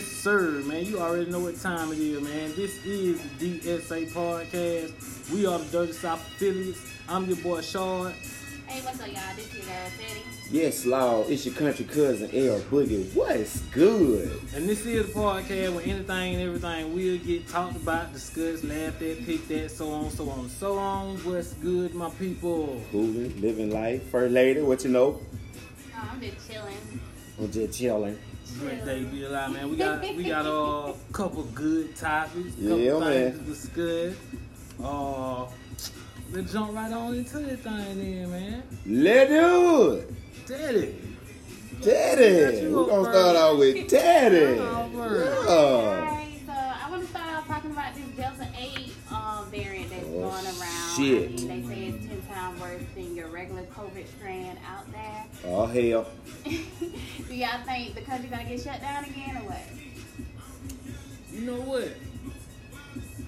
sir, man. You already know what time it is, man. This is the DSA Podcast. We are the Dirty South affiliates. I'm your boy Shard. Hey, what's up, y'all? This is uh, Fatty. Yes, Law, it's your country cousin, L Boogie. What's good? And this is a podcast where anything and everything will get talked about, discussed, laughed at, picked at, so on, so on, so on. What's good, my people? Moving, living life, first lady, what you know? No, Oh, I'm just chilling. I'm just chilling. Great day, be alive, man. We got we got uh, a couple good topics, couple Yeah, things man. to discuss. Uh, let's jump right on into the thing, then, man. Let do it! Daddy, Daddy! you We're go gonna start out with Daddy! I'll first. Yeah. Alright, so I want to start off talking about this Delta 8 um, variant that's Oh, going around. shit. I mean, they say it's 10 times worse than your regular COVID strand out there. Oh, hell. Do y'all think the country gonna get shut down again or what? you know what?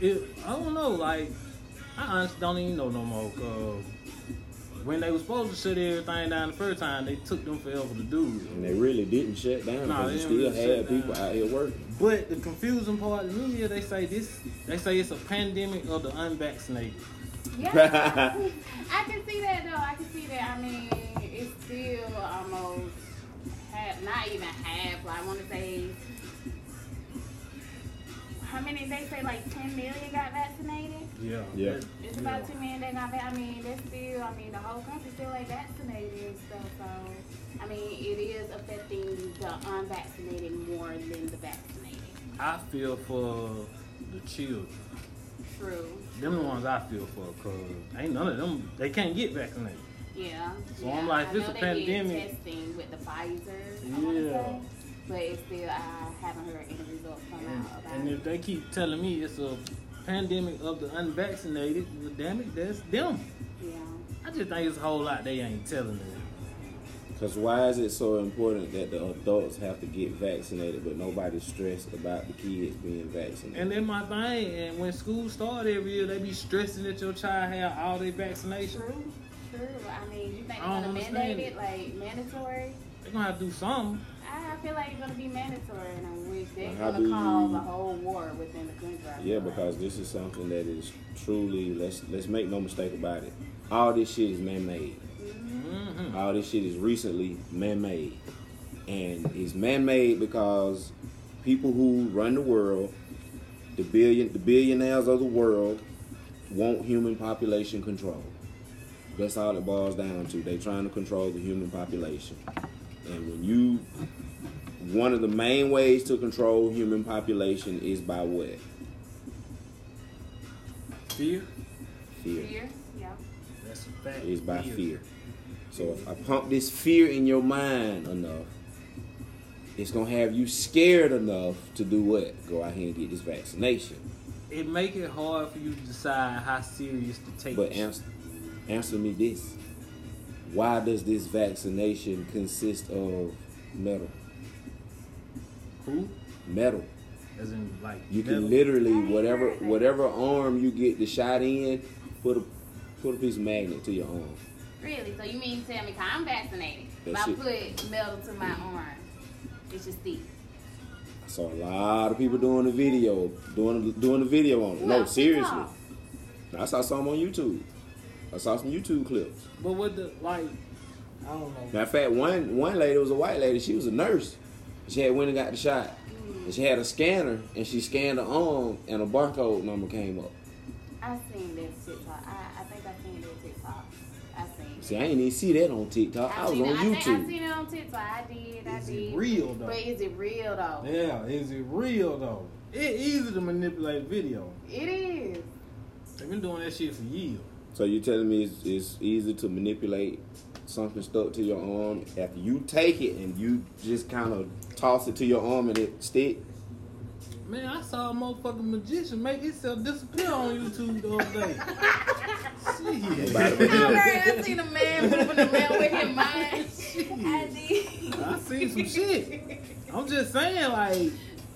It, I don't know. Like, I honestly don't even know no more. 'cause when they was supposed to shut everything down the first time, they took them forever to do it. And they really didn't shut down Nah, because they you didn't really still shut had people down. out here working. But the confusing part to me is they say this. They say it's a pandemic of the unvaccinated. Yeah, I can see that though. I can see that. I mean, it's still almost half, not even half. Like, I want to say, how many they say like 10 million got vaccinated? Yeah. Yeah. That- It's yeah. about 10 million that not va- I mean, that's still, I mean, the whole country still ain't vaccinated and stuff. So, I mean, it is affecting the unvaccinated more than the vaccinated. I feel for the children. True. Them the ones I feel for, cause ain't none of them. They can't get vaccinated. Yeah. So yeah. I'm like, I this know a they pandemic. did testing with the Pfizer. I wanna Yeah. say, But it's still, I haven't heard any results come And, out about and it. if they keep telling me it's a pandemic of the unvaccinated, well, damn it, that's them. Yeah. I just think it's a whole lot they ain't telling me. Because why is it so important that the adults have to get vaccinated, but nobody's stressed about the kids being vaccinated? And then my thing, and when school start every year, they be stressing that your child have all their vaccination. True. True. I mean, you think they're I don't going to mandate understand it, it. like, mandatory? They gonna have to do something. I I feel like it's gonna be mandatory, and I wish they're How gonna do cause you- a whole war within the country. I Yeah, feel like. because this is something that is truly let's let's make no mistake about it. All this shit is man made. Mm-hmm. All this shit is recently man made. And it's man made because people who run the world, the billion the billionaires of the world, want human population control. That's all it boils down to. They trying to control the human population. And when you one of the main ways to control human population is by what? Fear. Fear. fear. Yeah. That's a fact. is by fear. So if I pump this fear in your mind enough, it's gonna have you scared enough to do what? Go out here and get this vaccination. It make it hard for you to decide how serious to take. But it. answer, answer me this: Why does this vaccination consist of metal? Who? Metal. As in, like You metal? can literally whatever whatever arm you get the shot in, put a put a piece of magnet to your arm. Really? So you mean to tell me, i I'm vaccinated, but That's I it. put metal to my arm. It's just deep. I saw a lot of people doing the video, doing doing the video on it. Well, No, seriously. TikTok. I saw some on YouTube. I saw some YouTube clips. But what the like? I don't know. Matter of fact, one one lady was a white lady. She was a nurse. She had went and got the shot. And she had a scanner and she scanned her arm and a barcode number came up. I seen this TikTok. I, I think I seen this TikTok. I seen. See, I ain't even see that on TikTok. I, was seen on it. I, think I YouTube. seen it on TikTok. I did. I Is it did. real, though? But is it real though? Yeah, is it real though? It easy to manipulate video. It is. They've been doing that shit for years. So you telling me it's, it's easy to manipulate something stuck to your arm after you take it and you just kind of toss it to your arm and it stick? Man, I saw a motherfucking magician make himself disappear on YouTube the other day. Shit. I heard I seen a man moving around with his mind. I did. I seen some shit. I'm just saying, like,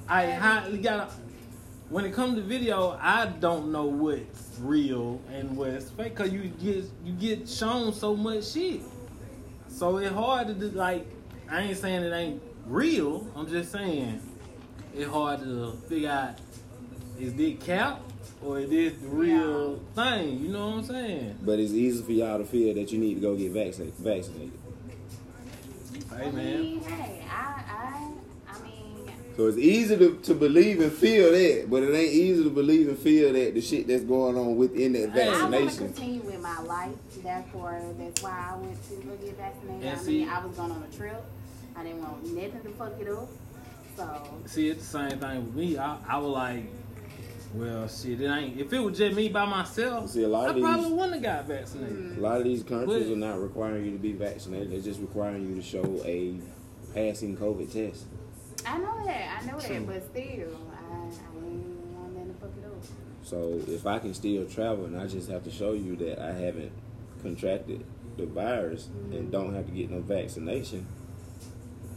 I highly gotta. When it comes to video, I don't know what's real and what's fake, cause you get you get shown so much shit. So it's hard to do, like. I ain't saying it ain't real. I'm just saying it's hard to figure out is this cap or is this the real thing? You know what I'm saying? But it's easy for y'all to feel that you need to go get vaccinated. vaccinated. Hey I man, mean, hey, I, I, I mean, So it's easy to, to believe and feel that, but it ain't easy to believe and feel that the shit that's going on within that Hey. I want to vaccination. continue with my life. Therefore, that's why I went to go get vaccinated. And I see- mean, I was going on a trip. I didn't want nothing to fuck it up. So, see it's the same thing with me. I, I was like, well, shit, it ain't. If it was just me by myself, See, a lot of I probably these- wouldn't have got vaccinated. A lot of these countries But- are not requiring you to be vaccinated. They're just requiring you to show a passing COVID test. I know that. I know that. But still, I, I didn't want nothing to fuck it up. So if I can still travel and I just have to show you that I haven't contracted the virus Mm. and don't have to get no vaccination,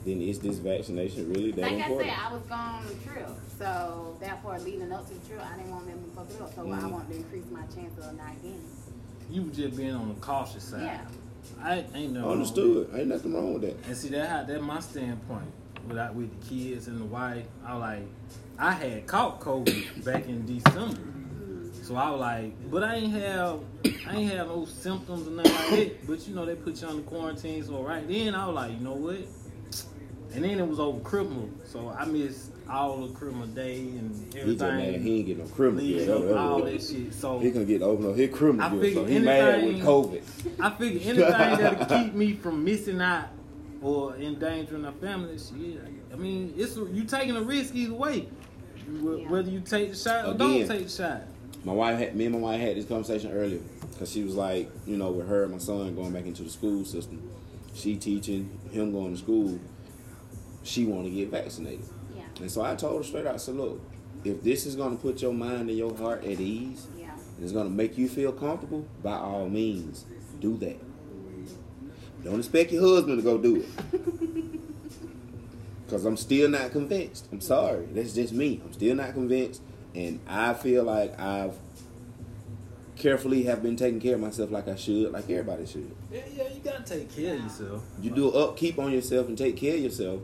then is this vaccination really that Like important? I said, I was gone on a trip, so therefore leading up to the trip, I didn't want them to fuck it up. So I Mhm. wanted to increase my chance of not getting. it. You was just being on the cautious side. Yeah, I ain't no Understood. Ain't nothing wrong with that. And see that how that my standpoint with I- with the kids and the wife. I like I had caught COVID back in December, so I was like, but I ain't have I ain't have no symptoms or nothing like that. But you know they put you on the quarantine, so right then I was like, you know what? And then it was over Christmas, so I missed all of Christmas Day and He just mad everything. he ain't get no criminal Leave jail. That's what all it that was. shit. So He gonna get over no his I criminal jail, so figured he mad with anything- COVID. I figure anything that'll keep me from missing out or endangering a family, shit. I mean, it's you taking a risk either way, Wh- Yeah. whether you take the shot or Again. don't take the shot. My wife had me and my wife had this conversation earlier because she was like, you know, with her and my son going back into the school system, she teaching him going to school, she want to get vaccinated, yeah, and so I told her straight out, I said, look, if this is gonna put your mind and your heart at ease, yeah. and it's gonna make you feel comfortable, by all means, do that. Don't expect your husband to go do it. Cause I'm still not convinced. I'm sorry. That's just me. I'm still not convinced. And I feel like I've carefully have been taking care of myself like I should, like everybody should. Yeah, yeah, you gotta take care of yourself. You do upkeep on yourself and take care of yourself.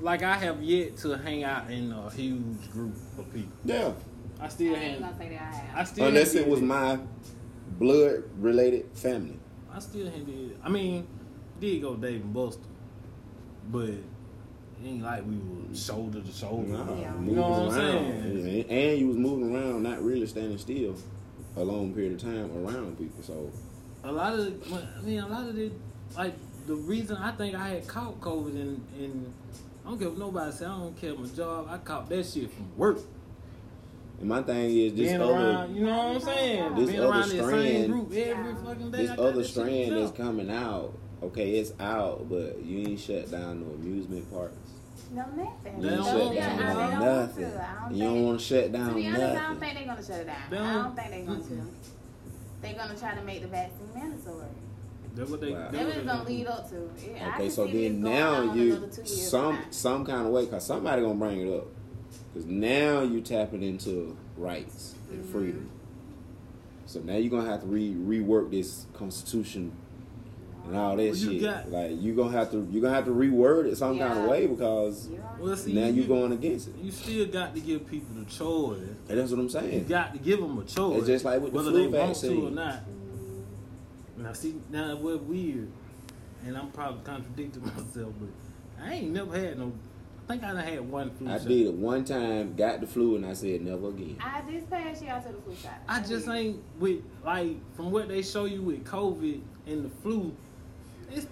Like I have yet to hang out in a huge group of people. Yeah. I I still ain't have. gonna say that I I have. still Unless ain't it was did my blood related family. I still ain't did. I mean, did go Dave and Buster, but it ain't like we were shoulder to shoulder. Nah, Yeah. moving You know what I'm around. saying? And- And you was moving around, not really standing still a long period of time around people. So a lot of the- I mean a lot of the like the reason I think I had caught COVID and and I don't care if nobody say I don't care my job I caught that shit from work and my thing is this being other around you know what I'm saying This being other around that same strand- group every Yeah. fucking day this I caught other that shit strand is myself. coming out. Okay, it's out, but you ain't shut down no amusement parks. No, nothing. You They ain't don't shut want to. I down no don't want to. nothing. I don't You don't think- want to shut To down be honest, I don't nothing. think they're gonna shut it down. They I don't- don't think they're going to. Mm-mm. They're gonna try to make the vaccine mandatory. that's what they Wow. that's That what was they gonna gonna lead do. up to. It, I Okay, can so see this then going now on another you two years from some now. some kind of way, cause somebody gonna bring it up, cause now you tapping into rights and Mm-hmm. freedom. So now you're gonna have to re rework this constitution and all that Well, you shit. got- like you gonna have to you gonna have to reword it some kind of Yeah. way because You're right. well see now you, you're going against it. you still got to give people the choice And that's what I'm you saying. got to give them a choice It's just like with the whether flu they want to or vaccine. not now see now we're weird and I'm probably contradicting myself but I ain't never had no I think I done had one flu I shot. did it one time, got the flu, and I said never again. I this past year I took a flu shot. I just did. ain't with like from what they show you with COVID and the flu, it's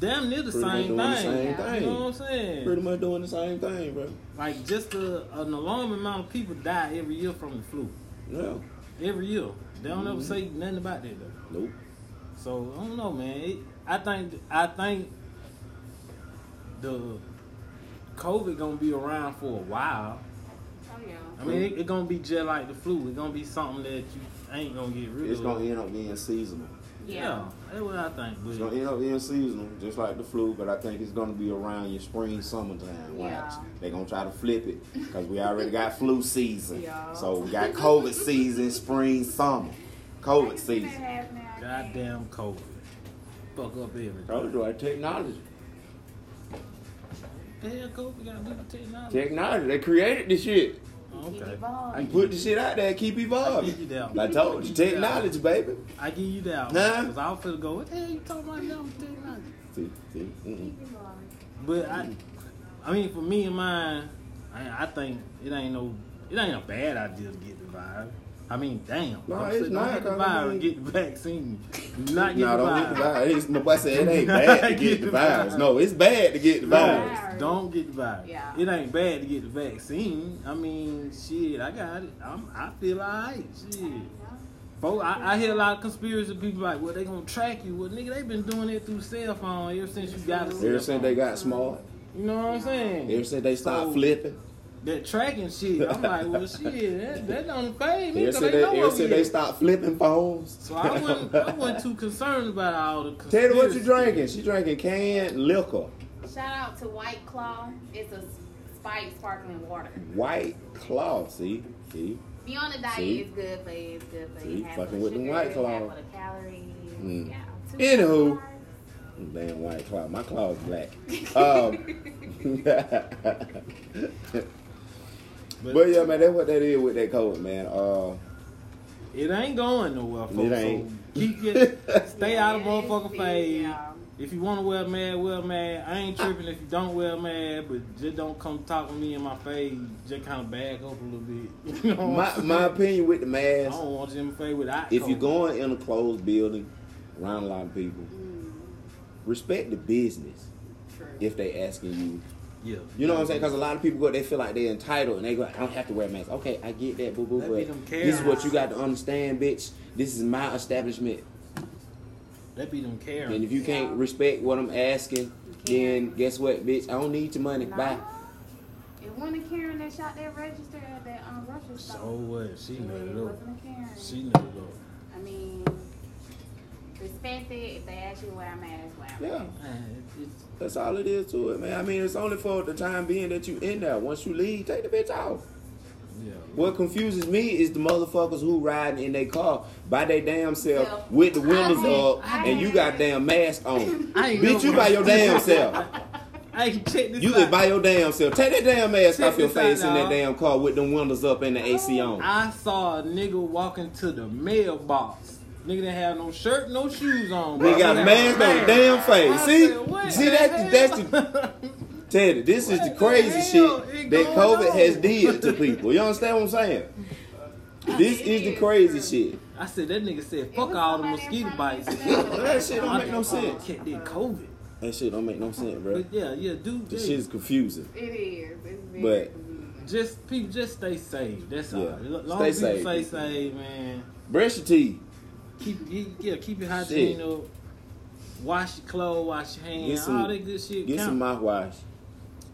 damn near the Pretty much same doing the thing. same Yeah. You know what thing. I'm saying? Pretty much doing the same thing, bro. Like just a, an alarming amount of people die every year from the flu. Yeah. Every year, they don't Mm-hmm. ever say nothing about that though. Nope. So I don't know, man. It, I think I think the COVID gonna be around for a while. Oh yeah. I mean, it's it gonna be just like the flu. It's gonna be something that you ain't gonna get rid It's of. gonna end up being seasonal. yeah. that's what I think. But It's gonna end up being seasonal, just like the flu, but I think it's gonna be around your spring, summertime. Watch. Yeah. They're gonna try to flip it because we already got flu season. Yeah. So we got COVID season, spring, summer. COVID That season. has now. Goddamn COVID. Fuck up everything. Told you, our technology. the hell COVID got to do with technology? Technology. They created this shit. Okay. evolving. I give, And put the shit out there. I Keep give you evolving. that. I one. told you, technology, baby. I give you that. one. Huh? 'Cause I was gonna go. What the hell you talking about now with technology? See, see, mm-mm. But I, I mean, for me and mine, I, I think it ain't no, it ain't a bad idea to get the virus. I mean, damn. No, I'm it's saying, not, Don't get the cause I virus. mean- Get the vaccine. Do not get the No, don't virus. get the virus. It's- My boy said it ain't bad to get the virus. No, it's bad to get the virus. virus. Don't get the virus. Yeah. It ain't bad to get the vaccine. I mean, shit, I got it. I'm, I feel alright. Shit. Folks, I, I hear a lot of conspiracy people like, well, they gonna track you. Well, nigga, they been doing it through cell phone ever since you got a cell Ever since phone. they got smart, you know what I'm saying? ever since they stopped So- flipping, that tracking shit. I'm like, well, shit, that, that don't fade me ever 'cause they since they, know ever what since we they is. stopped flipping phones. So I wasn't, I wasn't too concerned about all the. Tell her what you conspiracy. drinking. She drinking canned liquor, Shout out to White Claw. It's a spiked sparkling water. white claw. See, see. Be on the diet See? is good for you. It's good for See? you. Half of Fucking with them sugar, White Claw. half of the calories. Mm. Yeah. Two Anywho. carbs. Damn white claw. My claw is black. Um, But, But yeah, man, that's what that is with that COVID, man. Uh, it ain't going nowhere, folks. ain't. So keep your, stay out of Yeah, it is motherfucking big, phase. y'all. If you want to wear a mask, wear a mask. I ain't tripping if you don't wear a mask, but just don't come talk to me in my face. Just kind of back up a little bit. Oh, You Oh, know what my I'm my saying? opinion with the I mask, don't want you in my face without. if you're going in a closed building, around a lot of people, Mm, respect the business true. if they asking you. yeah, You know what I'm saying? Because a lot of people go, they feel like they're entitled, and they go, I don't have to wear a mask. Okay, I get that, boo boo, That be them but this is what Karens. you got to understand, bitch. This is my establishment, that be them caring. and if you can't respect what I'm asking, then guess what, bitch? I don't need your money. Nah. Bye. It wasn't a Karen that shot that register at that um, grocery so store. what? She it knew it up. wasn't a Karen. She knew it up. I mean, respect it. If they ask you where I'm at, it's where I'm Yeah. at. Man, it's- That's all it is to it, man. I mean, it's only for the time being that you in there. Once you leave, take the bitch off. yeah. What confuses me is the motherfuckers who riding in their car by their damn self Yeah. with the windows I hate- up I and you hate got it. damn mask on. I ain't Bitch, know- you by your damn self. I can check this You out. is by your damn self. Take that damn mask Check off your this out, face in that dawg. Oh, damn car with them windows up and the AC on. I saw a nigga walking to the mailbox. Nigga didn't have no shirt, no shoes on. We bro. got He mask had a on damn I face. said, what See, see the that's the, that's the hell? Teddy, this is What the the crazy hell shit is that going COVID on? has did to people. You understand what I'm saying? This It is the is crazy true. shit. I said that nigga said It fuck was all the somebody in mosquito front of bites. me I today. That shit don't make oh, no can't sense. Catch that COVID. That shit don't make no sense, bro. But yeah, yeah, dude. This yeah. shit is confusing. It is. It's very But- confusing. Just people, just stay safe. That's Yeah. all. Long Stay as people safe. stay safe, man. Brush your teeth. Keep you- yeah, keep your hygiene Shit. up. Wash your clothes, wash your Get hands, some- all that good shit. Get some count. mouthwash.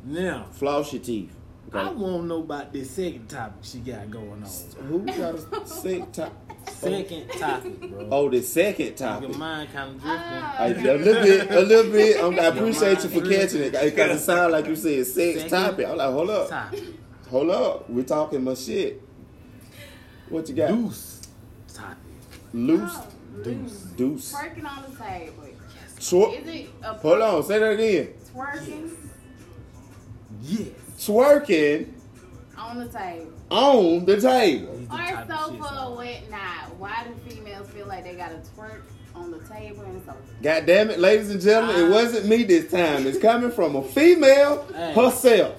now, Floss your teeth. I Okay. want to know about this second topic she got going on. Who got a sick top? Second topic, bro. Oh, the second topic. Your mind kind of Ah. drifting. I, a little bit, a little bit. I'm, I appreciate you for mind. catching it because it sounded like you said sex Second topic. I'm like, hold up, Topic. hold up. We're talking my shit. What you got? Loose topic. Loose, Oh, Deuce. mm. deuce. Twerking on the table. Twer- Is it a Hold on, say that again. twerking Yes. Twerking on the table? on the table. These the Or type of so shits for I- a wet night. Why do females feel like they gotta twerk on the table and so God damn it, ladies and gentlemen, Ah. it wasn't me this time. It's coming from a female Hey. herself.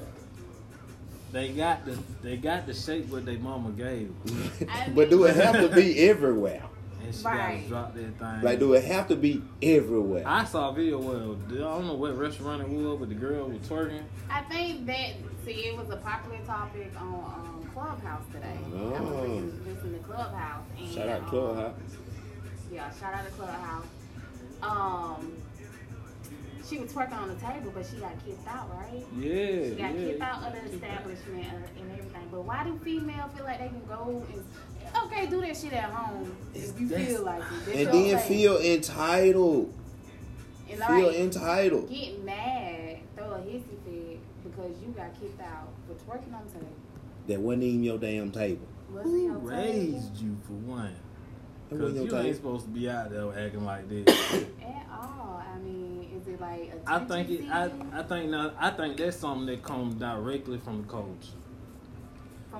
They got the they got the shape what they mama gave, but do it have to be everywhere? and she Right. gotta drop that thing. Like, do it have to be everywhere? I saw a video where I don't know what restaurant it was, but the girl was twerking. I think that see it was a popular topic on um, Clubhouse today. I Oh. was listening, listening to Clubhouse and Shout out um, Clubhouse. Yeah, shout out to Clubhouse. Um, she was twerking on the table, but she got kicked out, right? Yeah, She got kicked yeah. out of the establishment and and everything. But why do female feel like they can go and okay do that shit at home if you That's- feel like it? That's And your then place. feel entitled. and Feel like, entitled. get mad, throw a hissy fit because you got kicked out for twerking on the table. That wasn't even your damn table. What's Who your table? raised you for one? That Cause wasn't you your ain't table. supposed to be out there acting like this. At all. I mean, is it like attention I think it. I, seeking I think now. I think that's something that comes directly from the culture.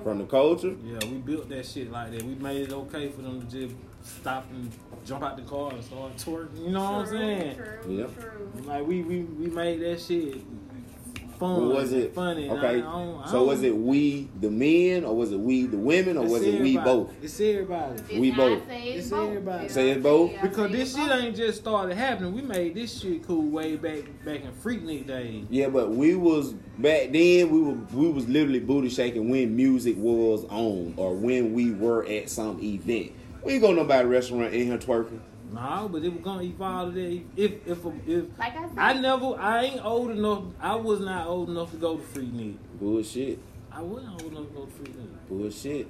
From the culture, Yeah, we built that shit like that. We made it okay for them to just stop and jump out the car and start twerking. You know what I'm True, saying? True, Yep. true. Like we, we we made that shit fun. Or was it funny? and I Okay, don't- I so don't- was it we the men, or was it we the women, or it's was it we everybody. both? It's everybody. Did We I both. Say it's It's both. everybody. Did Say I it both? I Because say this it's shit both? ain't just started happening. We made this shit cool way back back in Freaknik days. Yeah, but we was back then. We were we was literally booty shaking when music was on, or when we were at some event. We ain't go to nobody restaurant in here twerking. No, but it was gonna evolve to that. If if if Like I said, I never, I ain't old enough. I was not old enough to go to Freaknik. Bullshit, I wasn't old enough to go to Freaknik. bullshit.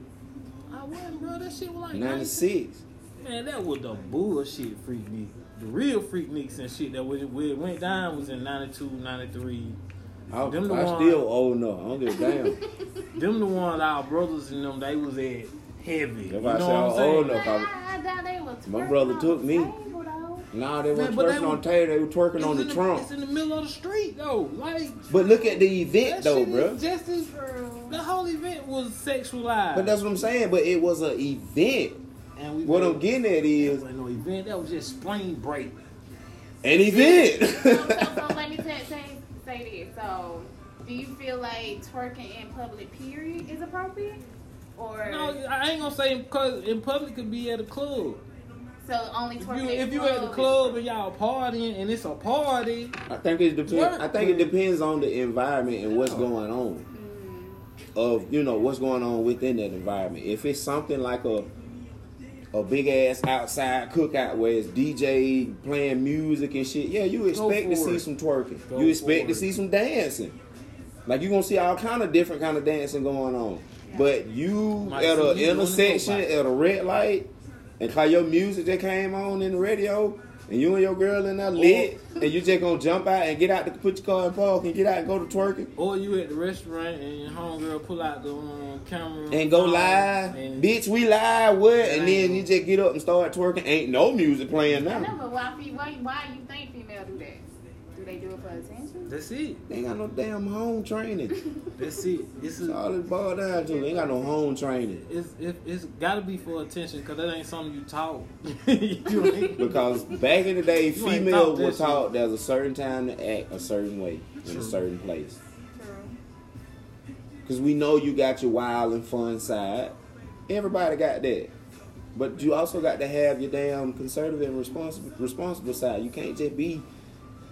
I wasn't, bro. That shit was like Ninety 96. six. Man, that was the bullshit freak Nick. The real freak Nicks and shit that was, where it went down was in 92, 93. I, Them the I one- still old enough. I don't give a damn. Them the ones, our brothers and them, they was at heavy. If you know I what say I'm I'm saying? old enough, But I- I, I doubt they was My twerking brother on took the me. table, though. nah, they were Man, but they twerking on were- Taylor. They were twerking It's on in the It's trunk. in the middle of the street, though. Like, But look at the event that though, shit is bro. just as. True. The whole event was sexualized. But that's what I'm saying. But it was an event. and we What I'm getting at It is wasn't no event. That was just spring break. an so, event. so, so let me say, say, say this. So, do you feel like twerking in public period is appropriate, or No, I ain't gonna say because in public could be at a club. so only If twerking? you in if you at the is- club and y'all partying and it's a party, I think it depends. Work. I think it depends on the environment and Oh. what's going on. Mm. Of you know what's going on within that environment. If it's something like a a big ass outside cookout where it's DJ playing music and shit, yeah, you expect to for see it. some twerking. Go you expect for to it. see some dancing. Like you gonna see all kind of different kind of dancing going on. Yeah. But you Might at see you an doing the intersection robot. at a red light and how your music that came on in the radio and you and your girl in there lit Oh. and you just gonna jump out and get out to put your car in park and get out and go to twerking Or you at the restaurant and your homegirl pull out the um, camera and go phone live. and- Bitch, we live what? And I then know. you just get up and start twerking. Ain't no music playing I know, now. but why, fe- why, why you think female do that? Do they do it for attention? That's it. They ain't got no damn home training. That's it. It's That's a, all it boiled down to. They ain't got no home training. it's it, it's gotta be for attention because that ain't something you taught. you ain't, Because back in the You day, ain't females taught were this shit. taught there's a certain time to act a certain way in a True. certain place. True. Because we know you got your wild and fun side. Everybody got that. But you also got to have your damn conservative and responsible, responsible side. You can't just be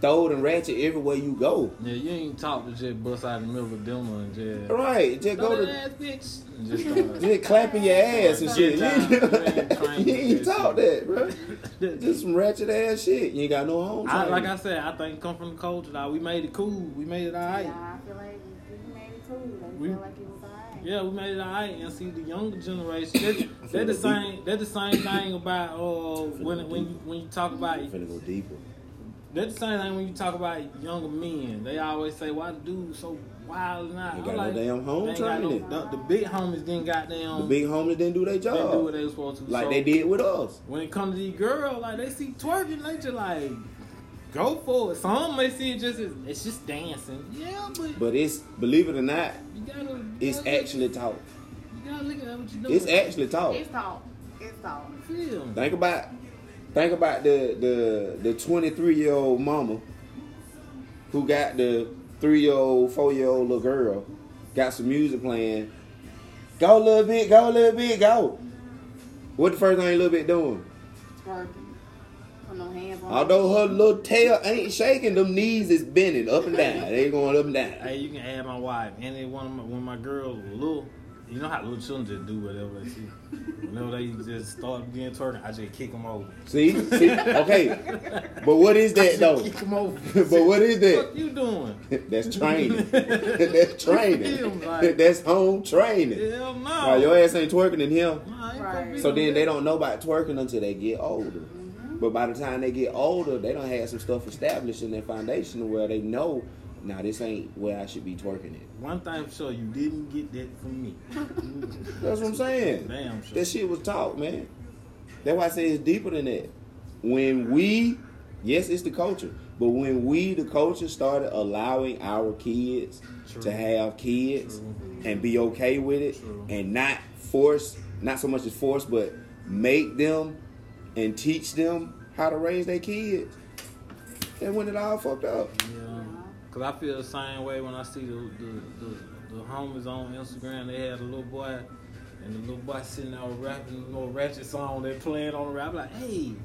throwed and ratchet everywhere you go. yeah, you ain't taught to just bust out in the middle of dinner and just Right. Just go go that to. ass bitch. And just start- Just clapping your ass and shit. Get down. you ain't taught that, bro. That- Just some ratchet ass shit. You ain't got no home. I, like training. I said, I think it come from the culture. Like we made it cool. We made it alright. Yeah, I feel like you made it too. They We- feel like it was alright. Yeah, we made it alright. And see, the younger generation, that, that the same, that the same thing about uh, when when you, when you talk about I'm finna go deeper. That's the same thing when you talk about younger men. They always say, "Why the dude so wild and out?" Ain't I'm got no damn home they ain't got training. no- the, the big homies didn't got them. The big homies didn't do their they do what job they was supposed to. like So, they did with us. When it comes to these girls, like they see twerking, they just like go for it. Some may see it just as it's just dancing. Yeah, but, But it's believe it or not, you gotta. it's you gotta actually taught. Look, you gotta look at what you doing. It's actually taught. It's taught. It's taught. Feel me. Think about, think about the the the twenty three year old mama who got the three year old, four year old little girl, got some music playing. Go little bit, go little bit, go. What the first thing little bit doing? Twerking. Put no hands on. it. Although her little tail ain't shaking, them knees is bending up and down. They going up and down. Hey, you can add my wife. Any one of my, when my girls were little, you know how little children just do whatever they see. Whenever they just start getting twerking, I just kick them over. See, see, okay. But what is that though? Kick them over. but what is that? What you doing? That's training. That's training. Damn, like- That's home training. Hell no. Right, your ass ain't twerking in here. No, I ain't Right. gonna be So then doing they that. don't know about twerking until they get older. But by the time they get older, they don't have some stuff established in their foundation where they know, now this ain't where I should be twerking it. One thing for sure, you didn't get that from me. That's what I'm saying. Damn sure. That shit was taught, man. That's why I say it's deeper than that. When we Yes, it's the culture. But when we, the culture, started allowing our kids True. to have kids True. and be okay with it True. and not force, not so much as force, but make them and teach them how to raise their kids, then when it all fucked up. Yeah. Cause I feel the same way when I see the the, the, the homies on Instagram. They had a little boy, and the little boy sitting out rapping a little ratchet song. They're playing on the rap. Like, hey, he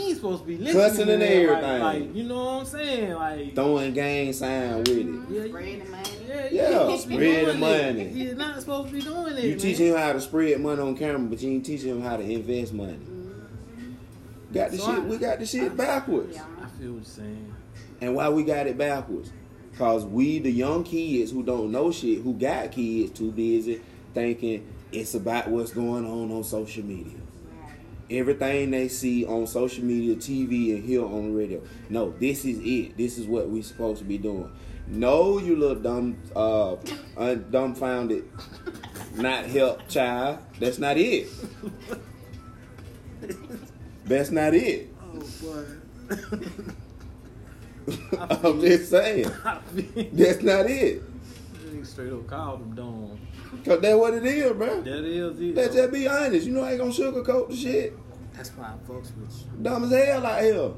ain't supposed to be listening Cussing to and that. Like- everything. Like, you know what I'm saying? Like, Throwing gang sign with it. Yeah, Spread the money. yeah, Yeah, you're supposed to be spread the doing money. it. You're not supposed to be doing it. You man. teach him how to spread money on camera, but you ain't teaching him how to invest money. Got the So shit. I- we got the shit backwards. Yeah. I feel what you're saying. And why we got it backwards? Cause we the young kids who don't know shit, who got kids too busy thinking it's about what's going on on social media. Right. Everything they see on social media, TV, and here on the radio. No, this is it. This is what we supposed to be doing. No, you little dumb, uh, un- dumbfounded, not help child. That's not it. That's not it. Oh boy. I'm just saying. I feel That's not it. Nigga straight up called him dumb. Cause that's what it is, bro. That is it. Let's just be honest. You know I ain't gonna sugarcoat the shit. That's why I fucks with you. Dumb as hell out here.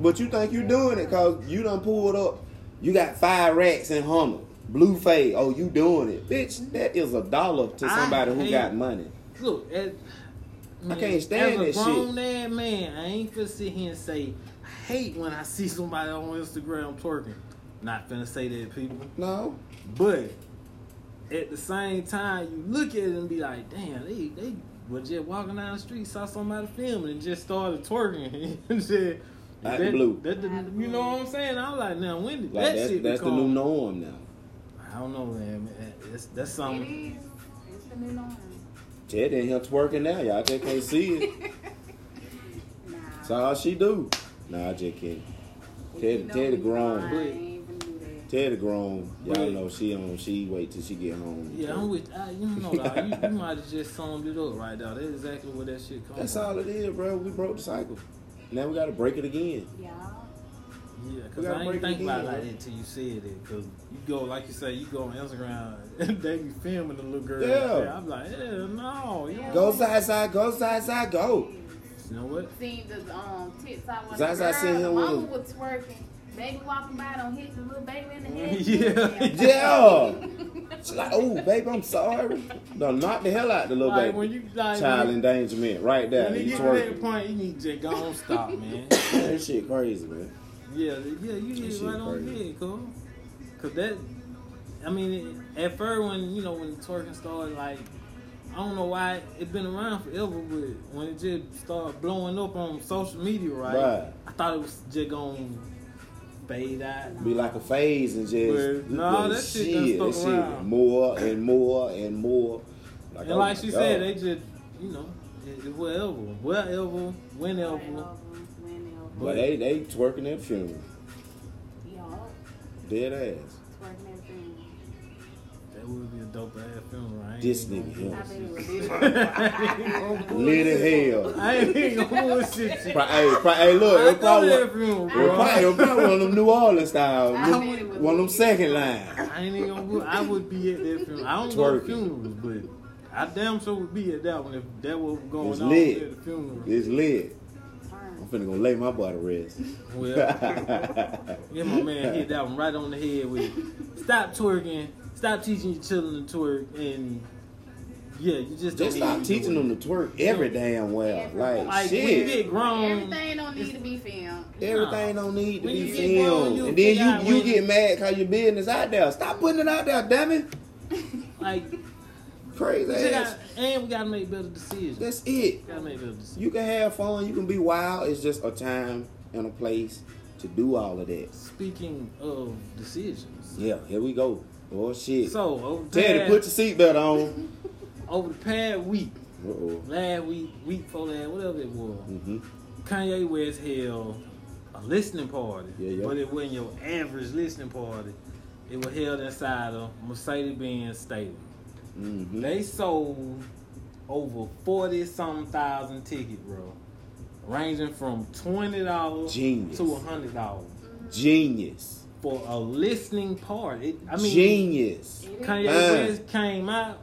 But you think you doing it cause you done pulled up. You got five racks in Hummer. Blue fade. Oh, you doing it. Bitch, that is a dollar to I somebody who hate- got money. Look, as, man, can't stand as a that shit. grown ass man, I ain't finna sit here and say I hate when I see somebody on Instagram twerking. Not finna say that, people. No. But at the same time, you look at it and be like, damn, they they were just walking down the street, saw somebody filming, and just started twerking. and shit. Out the blue. that the- Out the you know what I'm saying? I'm like, now when did Like that that's shit that's the become? new norm now. I don't know, man. man. That's, that's It something. is. It's the new norm. Ted in here twerking now. Y'all just can't see it. Nah. That's all she do. Nah, I just kidding. If Ted- you know Ted me, grown. I ain't even do that. Ted grown. Y'all Right. know she on. She wait till she get home. Yeah, I'm with I, you know dog, you, you might have just summed it up right now. That's exactly where that shit comes. That's all it is, bro. We broke the cycle. Now we gotta break it again. Y'all. Yeah, We because gotta I break ain't think it about it down, like bro. that until you said it. Because you go, like you say, you go on Instagram and they be filming the little girl. Yeah. I'm like, hell no. You don't- Go side side, go side side, go. You know what? Seen the um tits I was. Zaza Girl, seen him the with mama a- was twerking. Baby walking by, don't hit the little baby in the head. Yeah. Yeah. She like, oh babe, I'm sorry. No, knock the hell out the little Like, baby. when you like, Child when, endangerment, right there. when you You get to that twerking. point, you need to just go and stop, man. That shit crazy, man. Yeah, yeah, you hit shit it right on the crazy. head, cool. Cause that, I mean, it, at first when you know when the twerking started, like I don't know why it been around forever, but when it just started blowing up on social media, right? Right. I thought it was just gonna fade out. Be like a phase and just Well, nah, that shit done stuck around. more and more and more. oh and like she said, they just you know it, it wherever, wherever, whenever. but they they twerking at funeral, Y'all dead ass. twerking everything. That would be a dope ass film, right? This nigga I bet it was here. beautiful. Lit as hell. I ain't even gonna bullshit you. Pro- hey, pro- hey, look, I it thought probably, that it film, bro. probably, it probably one of them New Orleans style, I bet it was one of them lit. second line. I ain't even gonna. go- I would be at that funeral. I don't go Twerking. to funerals, but I damn sure would be at that one if that was going It's on lit. at the funeral. It's lit. Turn. I'm finna gonna lay my body rest. Well, yeah, my man hit that one right on the head with stop twerking, stop teaching your children to twerk, and yeah, you just don't Just stop need to do teaching it. them to twerk every damn well. Like, Like when you shit, get grown, Everything don't need to be filmed. everything don't need to When be you get grown, filmed. you And figure then out you you when- get mad cause your business out there. Stop putting it out there, damn it. like you Crazy just ass. gotta, and we gotta make better decisions. That's it. gotta make better decisions. You can have fun. You can be wild. It's just a time and a place to do all of that. Speaking of decisions, Yeah, here we go. Oh shit. so over the Teddy, past- put your seatbelt on. over the past week. Uh oh. last week, week before last, whatever it was, Mm-hmm. Kanye West held a listening party. Yeah, yeah. But it wasn't your average listening party. It was held inside a Mercedes Benz stadium. Mm-hmm. They sold over 40 some thousand tickets, bro. ranging from twenty dollars Genius. to hundred dollars Genius. for a listening part. It, I mean, genius. Uh. It is. Kanye Man. West came out.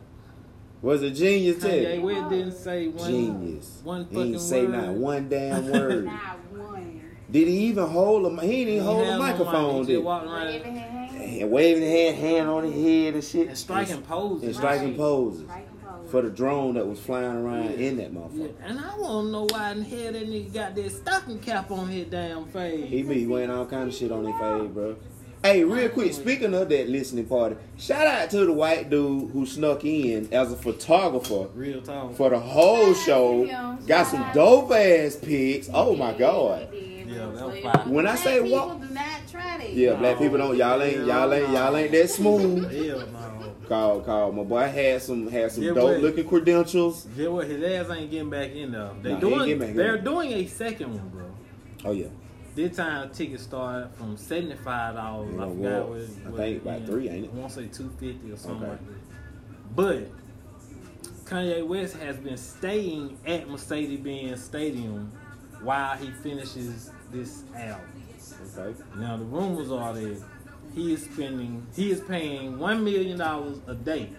Was a genius Kanye tech. West didn't say one Genius. one he fucking ain't say word. not one damn word. Not one. Did he even hold a? mi- He didn't even hold had a him on mic. microphone. He Did just walked Waving around his hand. he? And waving his hand, hand on his head and shit. and striking poses. And striking Right. poses Right and pose. for the drone that was flying around in that Yeah, motherfucker. and I want to know why in hell that nigga got that stocking cap on his damn face. He be wearing all kind of shit on his face, bro. Hey, real quick, speaking of that listening party, shout out to the white dude who snuck in as a photographer Real talk. for the whole show. Got some dope ass pics. Oh my god. Yeah, that was But fire. When I say people walk- do not try that. Yeah, black people don't y'all ain't y'all ain't y'all ain't that smooth. Hell no. Call call my boy had some had some Yeah, dope but- looking credentials. Yeah, well, his ass ain't getting back in though. They Nah, he ain't getting back doing. in. They're doing a second one, bro. Oh yeah, This time tickets start from seventy five dollars. Yeah, I forgot well, what, it- I what think it about is. three, ain't it? I want to say two fifty or something Okay. like that. But Kanye West has been staying at Mercedes Benz Stadium while he finishes this album. okay. Now the rumors are that he is spending, he is paying one million dollars a day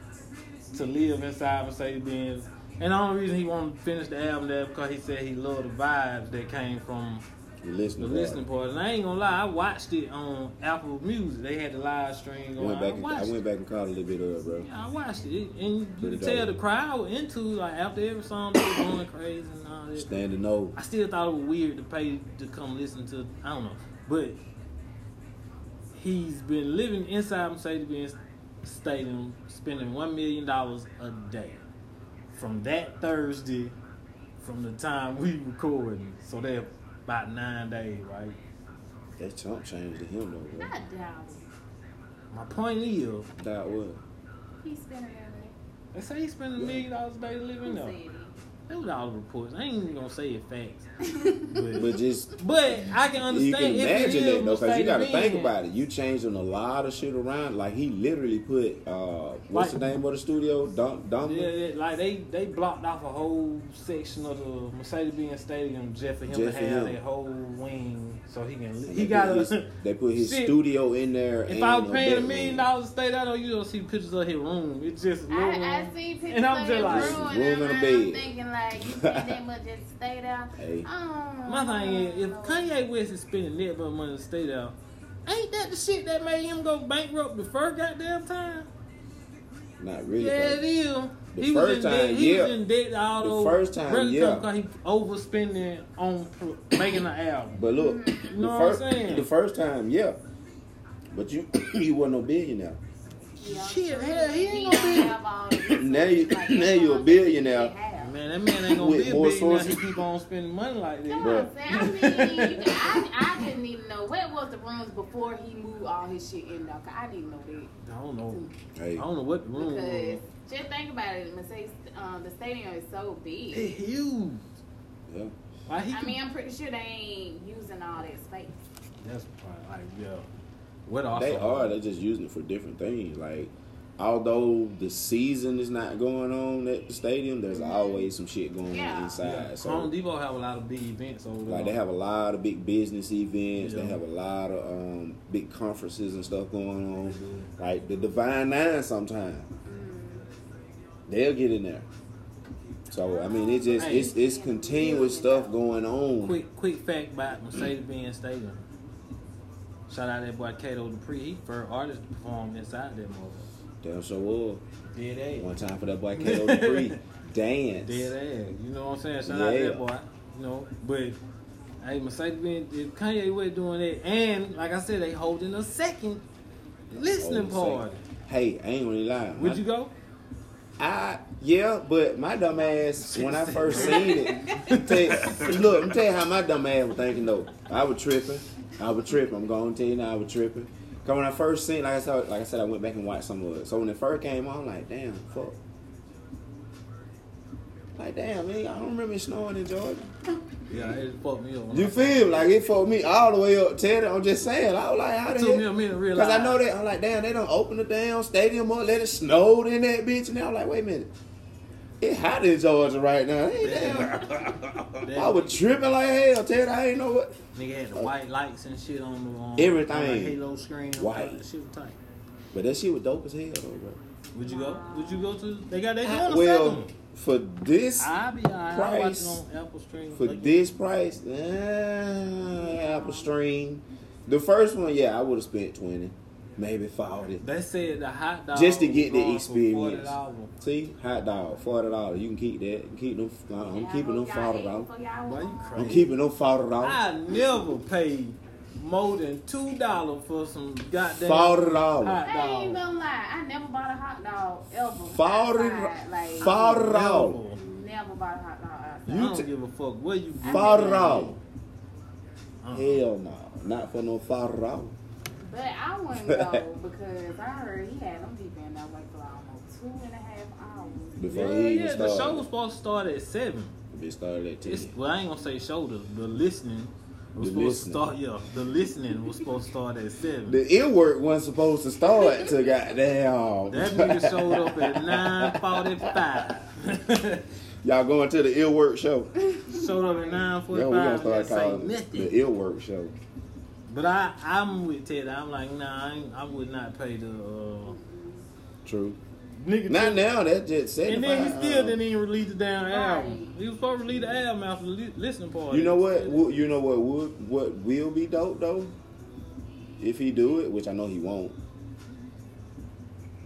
to live inside Mercedes Benz. And the only reason he wanted to finish the album there because he said he loved the vibes that came from The listening the party. listening part. And I ain't gonna lie, I watched it on Apple Music. They had the live stream I going. went back. I And, I watched went back and caught a little bit of it, bro. it. Yeah, I watched it, It- and you Pretty could tell the dope. crowd were into like after every song they were going crazy and all that. Standing over. I still thought it was weird to pay to come listen to. I don't know, but he's been living inside Mercedes-Benz Stadium, spending one million dollars a day from that Thursday, from the time we recording. So they're about nine days, right? That chump changed to him though, bro. I doubt My point is, That what? it. He's spending they say he's spending a million dollars a day to live in there. That was all the reports. I ain't even gonna say it facts, But but, just but I can understand. you can if it imagine is that though, because you got to think Mercedes-Benz. about it. You changing a lot of shit around. Like he literally put uh, what's the Like- name of the studio? Dump, dump. Yeah, yeah, like they, they blocked off a whole section of the Mercedes Benz Stadium just for him Just to for have him. that whole wing so he can. And He they got put his, a. They put his Shit. studio in there. If and I was a paying a bedroom. million dollars to stay down there, you don't see pictures of his room. It's just a little room. I, I see pictures And I'm of just his like- room, Room and in a I'm bed. thinking like you spend that much just to stay down. Hey. Oh, My thing is, if Kanye West is spending that much money to stay down, ain't that the shit that made him go bankrupt the first goddamn time? Not really. yeah, though. it is. The he was first in time, debt. He was yeah. in debt all The those first time, records yeah. because he overspending on pro- making an album. But look, know the what I'm first saying? the first time, yeah. But you you wasn't no billionaire. Shit, hell, he ain't gonna be- gonna be. Now you now you a billionaire. Man, that man ain't gonna With be a more billionaire. sources. He keep on spending money like You know that. what Bruh. I'm saying? I mean, you can, I, I didn't even know what was the rooms before he moved all his shit in there. 'cause I didn't know that. I don't know. I Hey, don't know what the Mm. room Because was. just think about it, Mercedes, um, the stadium is so It's big. huge. yeah. Why he? I could- mean, I'm pretty sure they ain't using all that space. that's probably like yeah. What also? They are. They're just using it for different things. Like, although the season is not going on at the stadium, there's always some shit going on Yeah. inside. Mm-hmm. Home So, Depot have a lot of big events over there. like, they have a lot of big business events. They Yeah. have a lot of um, big conferences and stuff going on. Like the Divine Nine, sometimes they'll get in there. So I mean, it's just it's it's continuous stuff going on. Quick, quick fact about Mercedes-Benz Stadium. Shout out that boy Kato Dupree. He first artist to perform inside that mother. Damn sure was. Dead ass. One time for that boy Kato Dupree dance. Dead ass. You know what I'm saying? Shout out to Yeah. that boy. You know, but hey, Mercedes Benz, if Kanye West doing that, and like I said, they holding a second listening Hold on a party. second. Hey, I ain't really lying. Would you go? I yeah, but my dumb ass when I first seen it, tell, look, I'm tell you how my dumb ass was thinking though. I was tripping, I was tripping. I'm going to tell you now, I was tripping. Cause when I first seen, like I said, like I said, I went back and watched some of it. So when it first came on, I'm like, damn, fuck. Like damn, man, I don't remember it snowing in Georgia. Yeah, it fucked me up. You feel me? like it fucked me all the way up. Teddy, I'm just saying. I was like, how it the took hell? me a minute to realize. Cause I know that I'm like, damn, they don't open the damn stadium up, let it snow in that bitch. And now I'm like, wait a minute, it hot in Georgia right now. Ain't damn. That I was tripping like hell, Ted. I ain't know what. nigga had the white lights and shit on the on, Everything. on the Halo screen. White. That shit was tight. But that shit was dope as hell, though, bro. Would you go? Would you go to? They got they doing a second Ah, Well, one. for this I'll be alright. I watch price it on Apple Stream. for Like, this price, uh, Apple Stream. The first one, yeah, I would have spent twenty, maybe forty. They said the hot dog Just to get the was going for experience. $40. See, hot dog, forty dollars. You can keep that. You can keep them. I'm keeping them forty dollars. Why you I'm crazy? keeping them forty dollars. I never paid more than two dollars for some goddamn Ah. Forty dollars. hot I dog. ain't gonna lie, I never bought a hot dog ever. Forty- outside, like, forty dollars. Never bought a hot dog outside. I You don't t- give a fuck where you get Forty dollars. Uh-uh. Hell no, not for no forty dollars. But I wouldn't go because I heard he had them people in there like for almost two and a half hours. Before yeah, he even yeah, started, the show was supposed to start at seven. it started at ten. It's, well, I ain't gonna say show the, the listening was The supposed listening. to start. Yeah, the listening was supposed to start at seven. The ear work wasn't supposed to start to goddamn. that nigga showed up at nine forty-five. Y'all going to the ear work show? showed up at nine Yeah, we gonna forty-five. start and say calling it nothing. the ear work show. But I, I'm with Ted. I'm like, nah, I, ain't, I would not pay the uh, True. nigga. Not now. That just and seventy then he five. still didn't even release the damn album. Right. He was supposed to release the album after the li- listening party. You know what? wo- You know what would what will be dope though, if he do it, which I know he won't.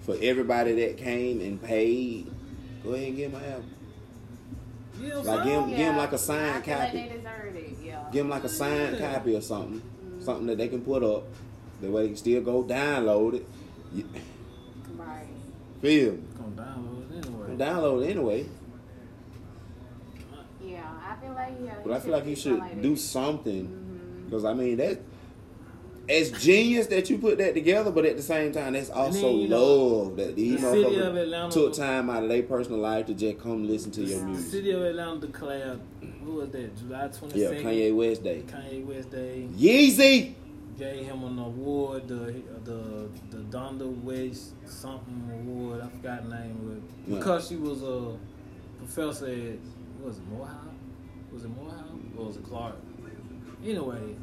For everybody that came and paid, go ahead and get my album. Yeah, Like son. him- Give him like a signed I feel like copy. They deserved it, yeah. Give them like a signed Yeah. copy or something, something that they can put up. That way they can still go download it. You- right. Feel me? Gonna download it anyway. Download it anyway. Yeah, I feel like yeah. But I feel like you do should something like do that. something. Because, I mean, that it's genius that you put that together, but at the same time, that's also then, you know, love that these the city motherfuckers of Atlanta- took time out of their personal life to just come listen to your The music. city of Atlanta declared, who was that, July 22nd? Yeah, Kanye West Day. Kanye West Day Yeezy! gave him an award, the the the Donda West something award, I forgot the name of it. Yeah. Because she was a professor at, what was it Morehouse? Was it Morehouse? Or was it Clark? Anyway,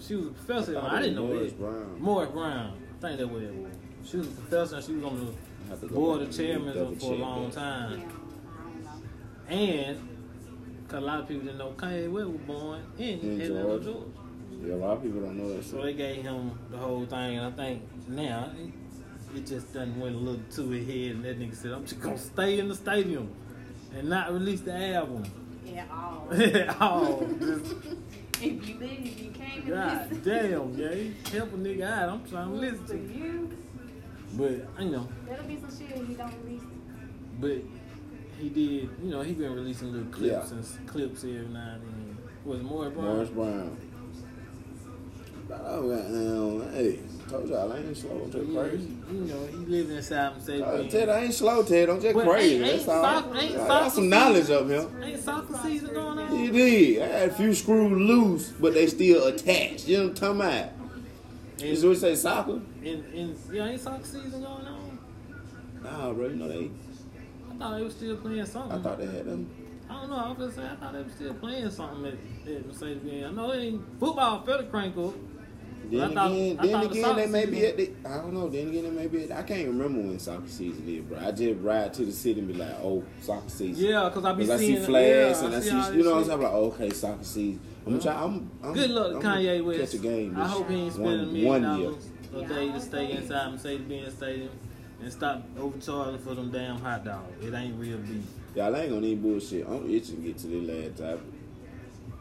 she was a professor. I, I didn't know Morris it. Brown. Morris Brown. I think that was it. was. She was a professor and she was on I have to the go board back of and chairmen for double a check long that. Yeah, I time. don't know. And 'cause a lot of people didn't know Kanye West was born in, In Atlanta, Georgia. Georgia. Yeah, a lot of people don't know that So shit. they gave him the whole thing, and I think now it, it just done went a little too ahead, and that nigga said, "I'm just gonna stay in the stadium and not release the album Yeah, all. at Oh, all." Just, if you leave, you can't even God listen. damn, yeah, help a nigga out. I'm trying to listen to to, you. you. but you know, That'll be some shit he don't release. Hmm? but he did. You know, he been releasing little clips Yeah. and s- clips every now and then. Was it Morris Brown? Morris Brown. Oh, goddamn. Hey, told y'all I ain't slow. I'm Yeah, just he- crazy. you know, he live inside and say, Uh, Ted, I ain't slow, Ted. I'm just But crazy. ain't- ain't That's all. soc- ain't I got soccer some knowledge season? up here. "Ain't soccer season going on?" He did. I had a few screws loose, but they still attached. You know what I'm talking about? You And- see what you say, soccer? And and yeah, ain't soccer season going on? Nah, bro, you know they. I thought they were still playing something. I thought they had them. I don't know. I was just saying. I thought they were still playing something at, at Mercedes Benz. I know it ain't football. Fell crank up. Then I thought- again, I then thought the again, they soccer may be season- at the. I don't know. Then again, they may be at. I can't remember when soccer season is, bro. I just ride to the city and be like, oh, soccer season. Yeah, cause I be Cause I see seeing flags yeah, and I see, all this you know what I'm shit. saying? I'm like, okay, soccer season. I'm trying. I'm, I'm, Good luck, I'm to Kanye gonna West. Catch a game. I this hope he ain't one- spending a million one year. dollars a day to stay inside Mercedes Benz Stadium and stop overcharging for them damn hot dogs. It ain't real beef. Y'all ain't gonna need bullshit. I'm itching to get to the last topic.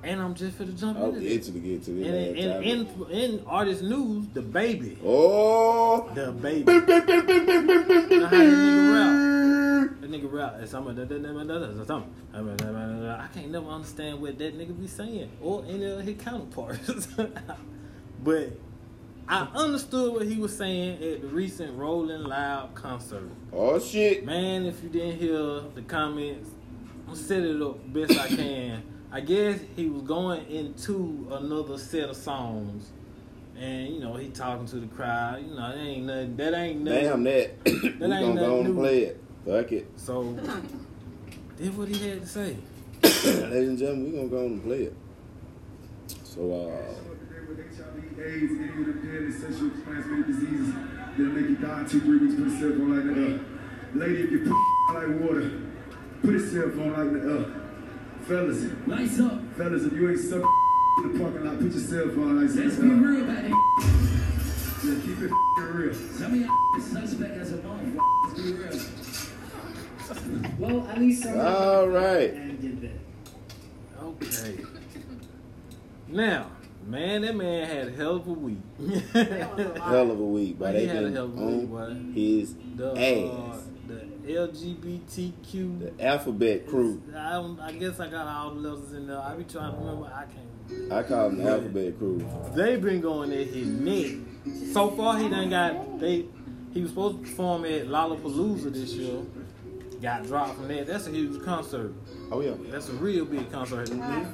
And I'm just for the jump I'm into this. itching to get to the And last in, topic. in, in, in artist news, the baby, oh, the baby. Bim, bim, bim, bim, bim, bim, bim, You bim, know how that nigga rap? bim. That nigga rap. It's something. that- that- that- that- that- that- something. I mean, that- that- that- I can't never understand what that nigga be saying or any of his counterparts. but I understood what he was saying at the recent Rolling Loud concert. Oh shit! Man, if you didn't hear the comments, I'm set it up best I can. I guess he was going into another set of songs, and you know he talking to the crowd. You know that ain't nothing. That ain't nothing. Damn that! we nothing gonna go on new. and play it. Fuck it. So, did what he had to say. ladies and gentlemen, we're gonna go on and play it. So uh Today with HIV, AIDS, any of them deadly sexual transmitted diseases that make you die two, three weeks, put a cell phone like that up. Lady, if you put like water, put a cell phone like that up. Fellas, Lights up. fellas, if you ain't suck in the parking lot, put your cell phone like Let's that be up. real about that. Yeah, keep it real. Some of y'all suspect as a mom. Let's be real. Well, at least some all right. and did that. Okay. Now, man, that man had a hell of a week. That was a lot. Hell of a week, but He they had a been hell of a week, on his the, uh, ass. the LGBTQ. The alphabet crew. I, don't- I guess I got all the letters in there. I be trying to remember. I can't. I call them the alphabet crew. They been going at his neck. So far, he done got they. He was supposed to perform at Lollapalooza this year. Got dropped from that. That's a huge concert. Oh yeah. That's a real big concert. I seen that.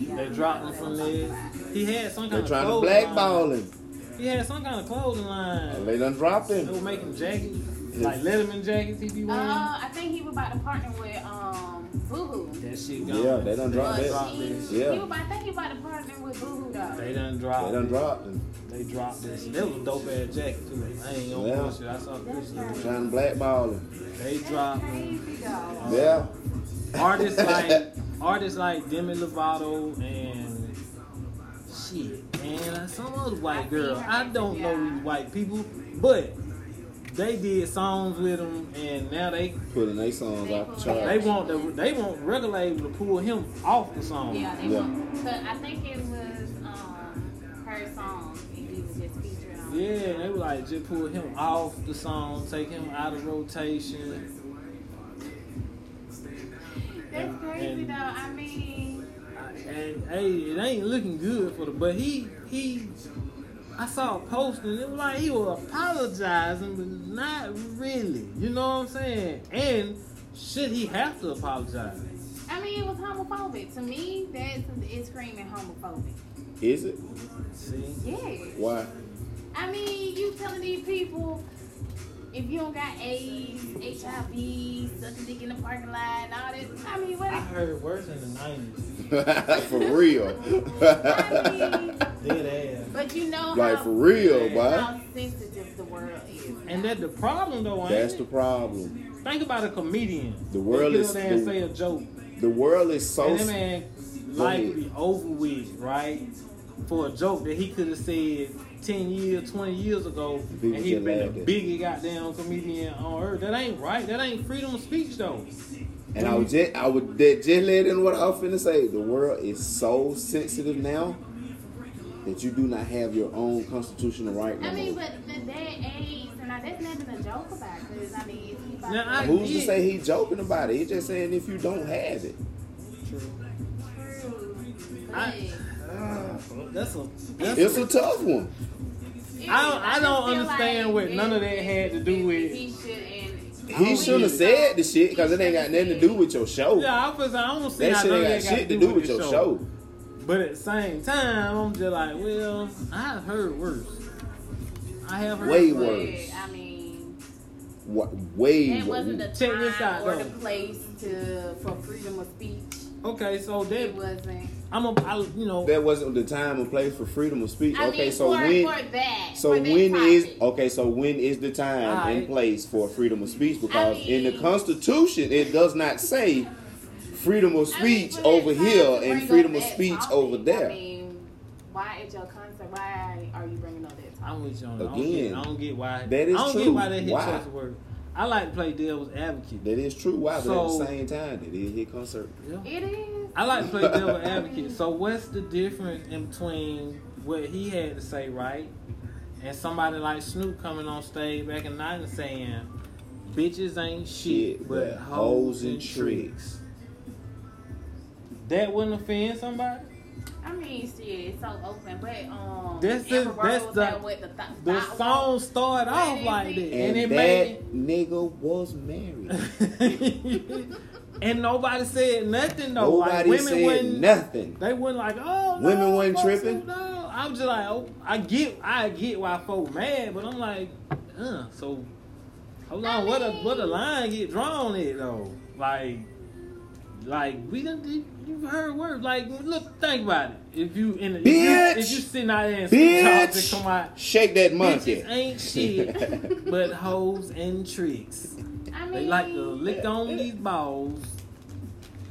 Yeah. They dropped him from there. He had some They're kind trying to of clothing blackball line. him. He had some kind of clothing line. They done dropped They were him. making jackets, like Letterman jackets. He be wearing. Uh, I think he was about to partner with um Boo Hoo. that shit gone. Yeah, they done dropped They that. dropped he, this. he Yeah. was about, I think he about to partner with Boo Hoo though. They done They dropped. done it. dropped him. They dropped this. That was a dope ass jacket too. I ain't gonna Yeah. bullshit. I saw pictures. Trying to blackball him. They That's dropped crazy though. Yeah. artists like artists like Demi Lovato and shit and some other white girl. I don't know these white people, but they did songs with them, and now they Putting their songs off the they chart. want the they want record label to pull him off the song. Yeah, they Yeah. want- but I think it was um her song and he was just featuring on. Yeah, and they were like just pull him off the song, take him out of rotation. That's crazy And- though. I mean, And hey, it ain't looking good for the but he he I saw a post and it was like he was apologizing, but not really. You know what I'm saying? And should he have to apologize? I mean it was homophobic. To me, that's it's screaming homophobic. Is it? See? Yeah. Why? I mean, you telling these people if you don't got AIDS, HIV, sucking dick in the parking lot, and all this. I mean, what? I heard worse in the nineties. for real. I mean, Dead ass. but you know like how, for real, boy. how sensitive the world is. And that the problem though, ain't That's the it? problem. think about a comedian. The world They get is- up there and the- say a joke. The world is so And that man life would be over with, right? For a joke that he could have said ten years, twenty years ago, People and he'd just been laughed the at. biggest goddamn comedian on earth. That ain't right. That ain't freedom of speech though. And I was just, I would that just led in what I was finna say. The world is so sensitive now that you do not have your own constitutional right no I mean, more. but the day AIDS, and I, there's nothing to joke about because I mean, it's people. Now, I- Who's to say he joking about it? He just saying if you don't have it. True. But I- That's a. That's It's a tough one. it- I don't- I don't feel understand what none of that had to do with- He should and He should have said the shit because it ain't got nothing to do with your show. yeah, I, was, I don't see that how shit none of ain't got that shit to do with this your show. But at the same time, I'm just like, well, I've heard worse. I have heard Way But, worse. words. I mean. Wa- Way. That wasn't the Check time this out, or though. the place to for freedom of speech. Okay, so It that wasn't. I'm a, I, you know, that wasn't the time and place for freedom of speech. I okay, mean, so for, when for that. So for that when is topic. okay? So when is the time Alright. and place for freedom of speech? Because in the mean- Constitution, it does not say freedom I of mean, speech for that over time here to bring and up freedom of that speech topic, over there. I mean, why is your concert? Why are you bringing up that topic? I'm with you on that. I Again, don't get, I don't get why. that is I don't get true. why that hit Why? choice work. I like to play devil's advocate. that is true. Why? But So- at the same time, it is his concert. Yeah. It is. I like to play devil's advocate. So what's the difference in between what he had to say, right, and somebody like Snoop coming on stage back in '90 saying, "Bitches ain't shit, Shit, but hoes and tricks." That wouldn't offend somebody. I mean, shit, it's so open, but um, That's the- Amber Rose that's the- had what the, th- The thought song was. started off like that, And, and it that made it. nigga was married. and nobody said nothing though. Nobody like women said wouldn't. nothing. They weren't like, oh, no, Women wasn't folks, tripping? No, I'm just like, oh, I get, I get why folk mad, but I'm like, uh, so hold on, I what a mean- what a line get drawn at though? Like, like we done did, You've heard words like look. Think about it. If you in, if Bitch! you, if you sitting out there and Bitch, talking, come out. shake that monkey. Bitches ain't shit, but hoes and tricks. I mean, They like to lick on these balls,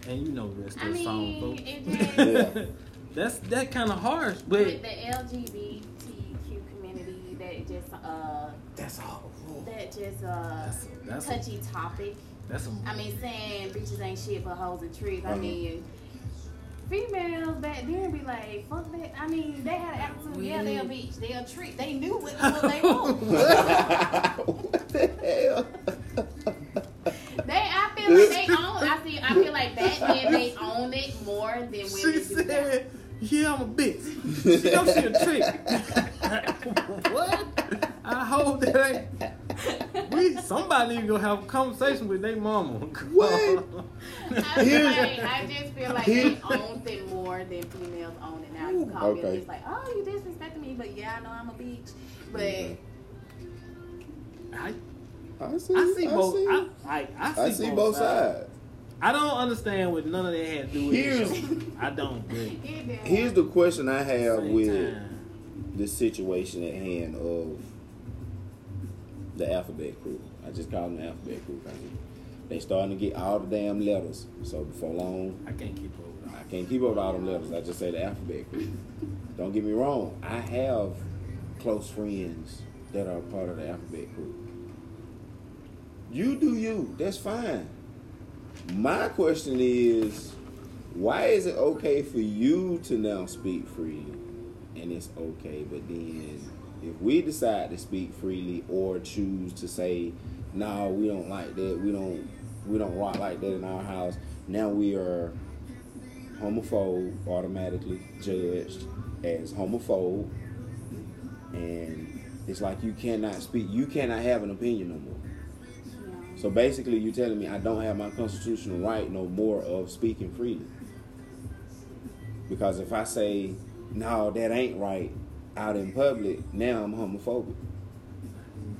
and you know the rest of I the mean, song, it folks. That's that kind of harsh, with but the LGBTQ community, that just uh, that's all. that just uh, That's that's a, touchy topic. that's a, I mean, saying bitches ain't shit but hoes and tricks. I mean, females back then be like, fuck that. I mean, they had an attitude. Yeah, they a bitch. They a trick. They knew what, what they want. what the hell? They, I feel like they own. I see. I feel like back then they owned it more than women she do now. said, "Yeah, I'm a bitch. She know she a trick. what? I hope that ain't we. Somebody gonna have a conversation with their mama. What? I, feel Here's- like, I just feel like Here- they own it more than females own it now. You call me Okay. a bitch, like, oh, you disrespecting me, but yeah, I know I'm a bitch. But I, I see, I see I both. See, I, I, I see, I see both sides. I don't understand what none of that had to do with Here's- this show. I don't. But at it didn't Here's the question I the have same with time, the situation at hand of the alphabet crew. I just call them the alphabet crew. 'cause They starting to get all the damn letters. So before long, I can't keep up with all I can't keep up with all them letters. I just say the alphabet. Don't get me wrong. I have close friends that are part of the alphabet group. You do you. That's fine. My question is, why is it okay for you to now speak freely, and it's okay, but then if we decide to speak freely or choose to say, no, we don't like that. We don't. We don't rock like that in our house. Now we are homophobe automatically judged as homophobe and it's like you cannot speak you cannot have an opinion no more Yeah. so basically you're telling me i don't have my constitutional right no more of speaking freely because if i say no that ain't right out in public now i'm homophobic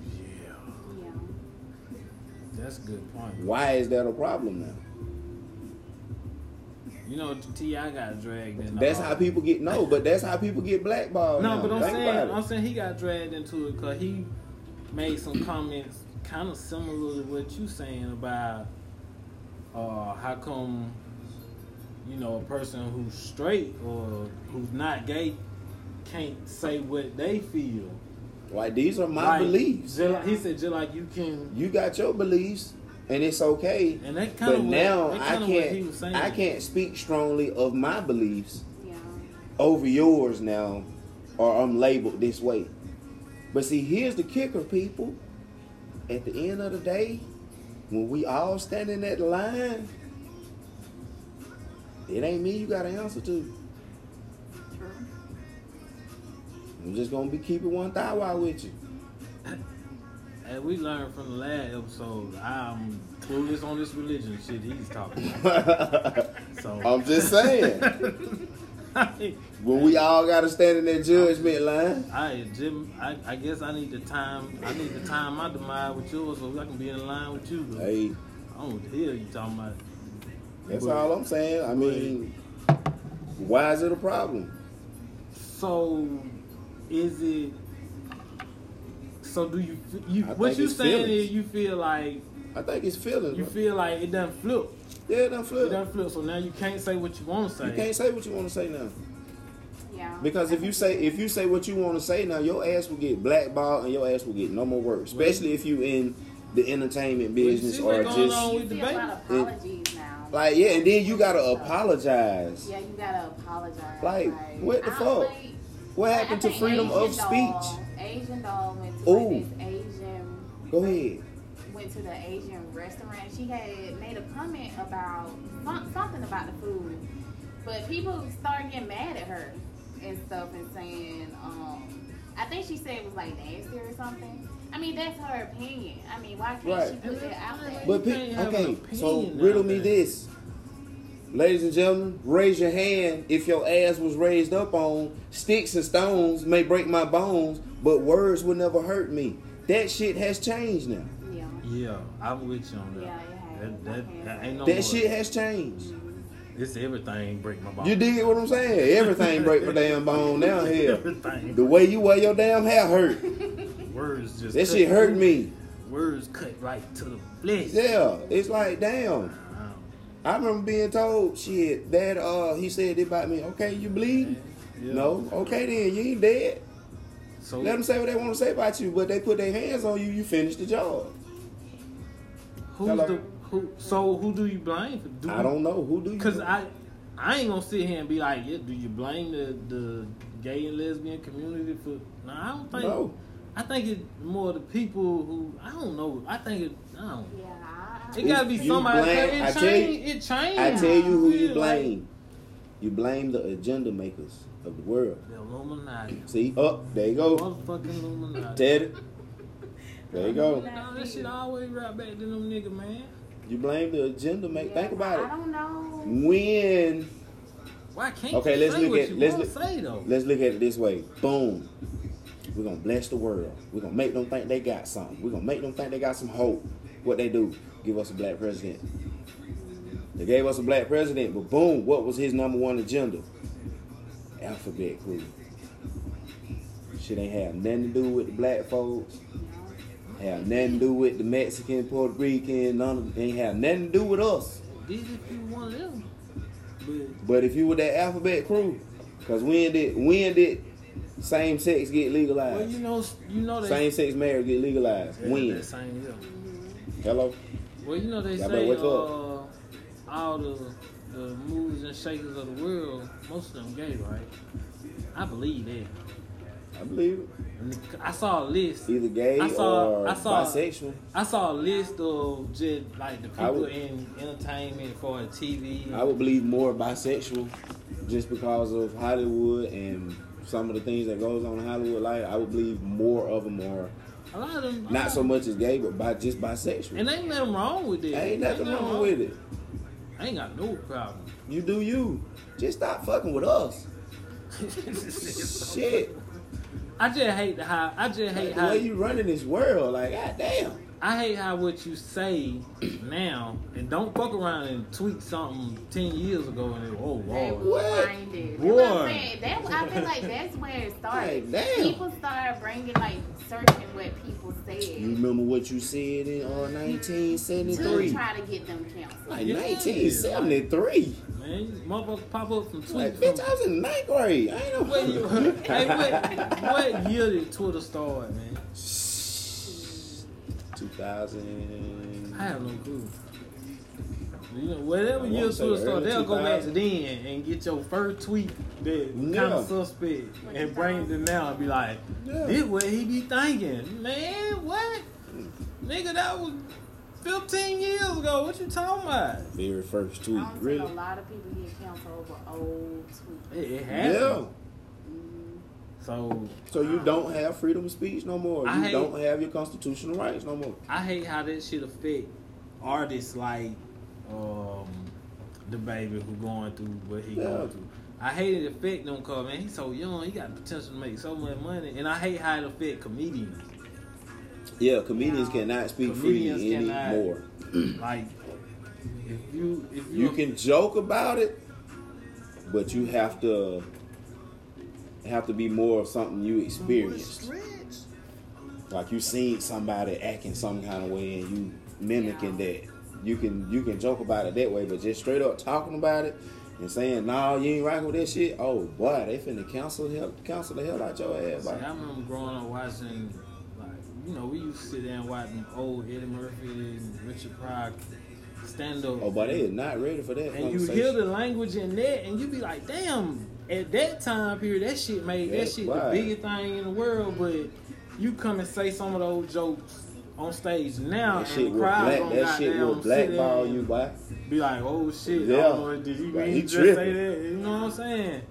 Yeah, Yeah. that's a good point. why is that a problem now You know, Ti got dragged in. that's all- how people get no but that's how people get blackballed No, now. but I'm Think about saying, it. I'm saying he got dragged into it because he made some comments kind of similar to what you saying about uh, how come you know a person who's straight or who's not gay can't say what they feel. like these are my Like, beliefs ju- like- he said, just like you can, you got your beliefs and it's okay and that kind but of now what, that i kinda What he was can't saying. i can't speak strongly of my beliefs Yeah. over yours now or i'm labeled this way but see here's the kicker people at the end of the day when we all stand in that line it ain't me you gotta answer to True. i'm just gonna be keeping one thigh wide with you As we learned from the last episode, I'm clueless on this religion shit he's talking about. So i'm just saying when we all gotta stand in that judgment line I Jim, I, I guess I need to time. I need to time my demise with yours so I can be in line with you. But hey I don't know what the hell you talking about. That's all I'm saying. I mean, why is it a problem? So, is it? So do you? f- You I what think you it's saying feelings. is you feel like I think it's feelings. you bro. feel like it done flip. yeah, it done It flip. done flip. So now you can't say what you want to say. You can't say what you want to say now. Yeah. Because if you say if you say what you want to say now, your ass will get blackballed and your ass will get no more work. Especially if you in the entertainment you business see or what's going just on you with see the a baby. lot of apologies now. like yeah, and then you gotta So, apologize. Yeah, you gotta apologize. Like, what the I fuck? think- What like, I happened to think freedom of Asian speech? doll- Asian doll went to Ooh. like, this Asian Go ahead. went to the Asian restaurant. She had made a comment about some- something about the food, but people started getting mad at her and stuff and saying, um, I think she said it was like nasty or something. I mean, that's her opinion. I mean, why can't Right. she put that out there? But You pe- can't have okay, an so opinion riddle out me there. this, ladies and gentlemen. Raise your hand if your ass was raised up on sticks and stones may break my bones, but words will never hurt me. That shit has changed now. yeah. Yeah, I'm with you on that. Yeah, it has. that, that, that ain't no that more. shit has changed. It's everything break my bone. You dig what I'm saying? Everything break my damn bone down here. Everything. The way you wear your damn hair hurt. Words just That cut- shit hurt me. Words cut right to the flesh. Um, Yeah, it's like Wow. damn. I remember being told shit that uh he said it about me. Okay, you bleed? Yeah. No. Okay then, you ain't dead. So Let them say what they want to say about you, but they put their hands on you. You finish the job. who's Hello? the who? So who do you blame? For? Do I don't know who do you. Because I, I ain't gonna sit here and be like, yeah, do you blame the the gay and lesbian community for? No, I don't think. No. I think it's more the people who I don't know. I think it. I don't. Yeah, I- It gotta be You somebody. 'cause blame- I it tell changed. you- It changed. I tell you who Yeah, you like, blame. You blame the agenda makers of the world. the Illuminati. See, up there you go. Motherfucking Illuminati. Ted. There you go. No, that shit always right back to them nigga, man. You blame the agenda make. Think I about it. don't know. When Why can't Okay, you let's say look what at- you let's wanna look- say though? let's look at it this way. Boom. We're gonna bless the world. We're gonna make them think they got something. We're gonna make them think they got some hope. What they do? Give us a black president. They gave us a black president, but boom, what was his number one agenda? Alphabet crew. Shit ain't have nothing to do with the black folks. Have nothing to do with the Mexican, Puerto Rican, none of, ain't have nothing to do with us. These if you one of them. But But if you with that alphabet crew, cause when did when did same sex get legalized? well, you know, you know they Same sex marriage get legalized. Yeah, when? that same year. Hello? Well, you know they Y'all better say wake up. uh, all the the movers and shakers of the world, most of them gay, right? I believe that. I believe it. And I saw a list. Either gay I saw- or I saw- bisexual. I saw a list of just like the I people would- in entertainment for TV. I would believe more bisexual just because of Hollywood and some of the things that goes on in Hollywood life. I would believe more of them are a lot of them not so much as gay, but by just And bisexual. ain't nothing wrong with it. Ain't nothing wrong with it. I ain't got no problem. You do you. Just stop fucking with us. Shit. I just hate how I just hate Like, the how way you running this world, like goddamn. I hate how what you say now and don't fuck around and tweet something ten years ago and it, oh They lord. were What? blinded. That's what Boy. I'm saying. That, I feel like that's where it started. Like, damn. people started bringing, like, searching what people You said remember what you said in uh, to 1973? try to get them canceled. Like Yeah. 1973. Man, these motherfuckers pop up from Twitter. Like, bitch, I was in ninth grade. I ain't no what, year, hey, what, what year did Twitter start, man? 2000. I have no clue. You know, whatever I year wanna say Twitter started, early they'll go back 2000. then and get your first tweet that kind Yeah. of suspect and bring it to now and be like, Yeah. this what he be thinking. Man, what? Nigga, that was 15 years ago. What you talking about? Very first I tweet. don't see a Really? lot of people get canceled over old tweets. Mm, It, it happened. Yeah. So So you don't have freedom of speech no more. You I hate- don't have your constitutional rights no more. I hate how that shit affect artists like um the baby who going through what he Yeah. going through. I hate it affect them cause man, he's so young, he got the potential to make so much money. And I hate how it affect comedians. Yeah, comedians Yeah. cannot speak Comedians freely cannot. anymore. like if you if you, You can joke about it, but you have to have to be more of something you experienced. like you seen somebody acting some kind of way and you mimicking that you can you can joke about it that way but just straight up talking about it and saying no you ain't rocking with that shit oh boy they finna cancel hell cancel the hell out your ass See, like, I remember growing up watching, like, you know, we used to sit there and watch them old Eddie Murphy and Richard Pryor stand up. oh but they is not ready for that and you hear conversation. the language in that, and you be like, damn. At that time period, that shit made that Yeah, shit the right. biggest thing in the world. But you come and say some of those jokes on stage now, that shit and the will crowd black gonna that shit goddamn will sit there blackball and you boy Be like, oh shit, Yeah. oh, did he Like, mean he just say tripping. that? You know what I'm saying?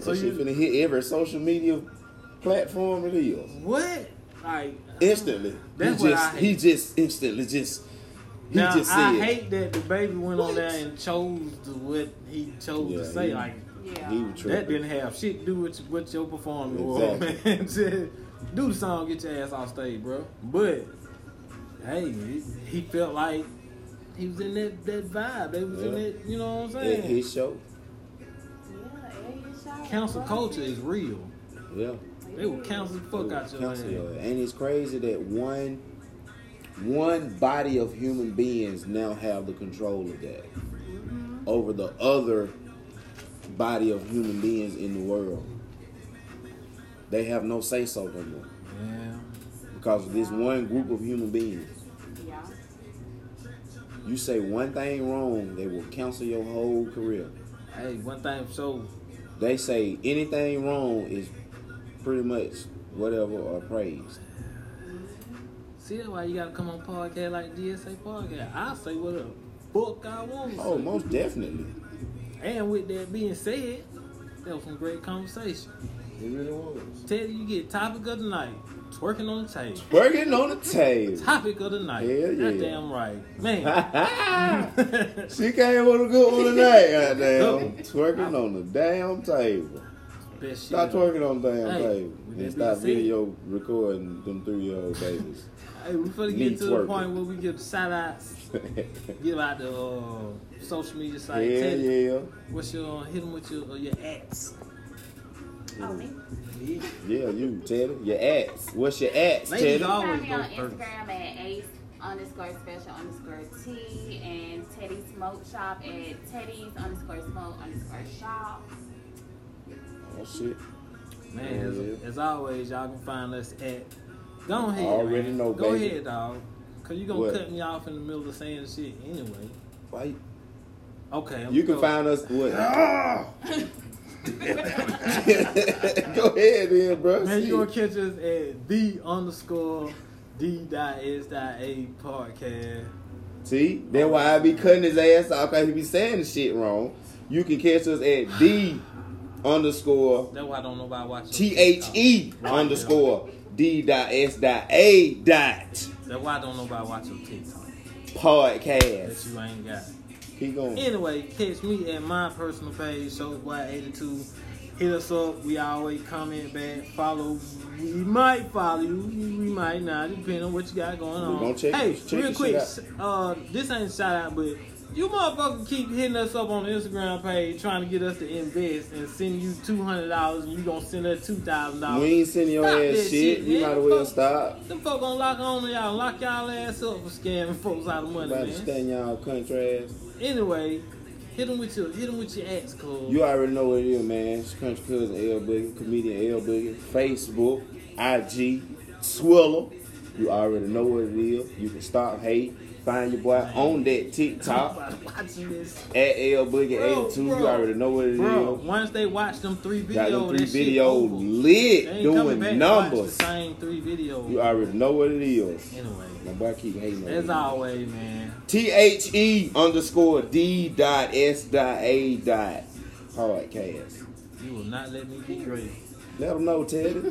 So that shit you finna hit every social media platform it is what? Like instantly That's he what just I hate. he just instantly just he now, just I said hate that the baby went on What? there and chose the, what he chose Yeah, to say. he- like Yeah. he was That tripping. didn't have shit to do with what your performance Exactly. was, man. Just do the song, get your ass off stage, bro. But hey, it- he felt like he was in that, that vibe. They was in Yeah. that, you know what I'm At saying? his show. Yeah, Council culture is real. Yeah. They will counsel the fuck out your Council, ass. yeah. And it's crazy that one one body of human beings now have the control of that Mm-hmm. over the other body of human beings in the world. They have no say so no more Yeah. because of this one group of human beings. Yeah. Mm. You say one thing wrong, they will cancel your whole career. Hey, one thing for sure. They say anything wrong is pretty much whatever or praised. See that's why you gotta come on podcast like DSA podcast. I say what the fuck I want. to Oh, say. most definitely. And with that being said, that was some great conversation. It really was. Teddy, you get topic of the night. Twerking on the table. Working on the table. Topic of the night. Hell yeah. That damn right. Man. she came with a good one tonight, goddamn. twerking on the damn table. Best shit. Stop twerking on the damn Hey, table. with And that stop being said- video recording them three year old babies. Hey, we finna Me get to the twerking. point where we give shout outs, give out the uh, social media Hell site. Teddy, yeah. What's your, hit them with your, uh, your ads. Oh, me. Yeah. Yeah, you, Teddy. Your ass. What's your ass, Ladies Teddy? all- Follow Always me go on first. Instagram at ace underscore special underscore T and Teddy Smoke Shop at Teddy's underscore smoke underscore shop. Oh, shit. Man, as, Yeah. as always, y'all can find us at. Go ahead. Already man. know, Go baby. ahead, dog. Cause you gonna What? cut me off in the middle of saying shit anyway. Why? Okay. I'm You can go- Ah! find us what? Go ahead, then, bro. Man, Shit. you gonna catch us at the underscore d dot s dot a podcast. See, then why I be cutting his ass off because he be saying the shit wrong. You can catch us at D underscore That's why I don't know about watching. T H E underscore D dot S dot A dot That's why I don't know about watching TikTok. That podcast. you ain't got. Keep going. Anyway, catch me at my personal page, ShowsBoy82. Hit us up. We always comment back, follow. We might follow you. We might not, depending on what you got going on. gonna check- hey, check real your quick, shit uh, this ain't shout out, but you motherfucker keep hitting us up on the Instagram page trying to get us to invest and send you two hundred dollars, and you gonna send us two thousand We dollars. ain't sending your Stop ass that shit. shit, You man. might as well Fuck. stop. Them folk gonna lock on to y'all, lock y'all ass up for scamming folks out of money, About to man. stand y'all country ass. Anyway, hit them with your hit them with your ass, cuz. You already know what it is, man. It's Country Cousin L Boogie, comedian L Boogie, Facebook, IG, Swiller. You already know what it is. You can stop hate. Find your boy on that TikTok Everybody watching this. at L Boogie Bro, 82. You bro. already know what it is. Bro, once they watch them three videos, Got them three that shit videos over. They lit, ain't coming back doing to watch numbers. the same three videos. You already know what it is. anyway, My boy keep hating. as on me. always, man. T H E underscore D dot S dot A dot podcast. You will not let me be great. Let them know, Teddy.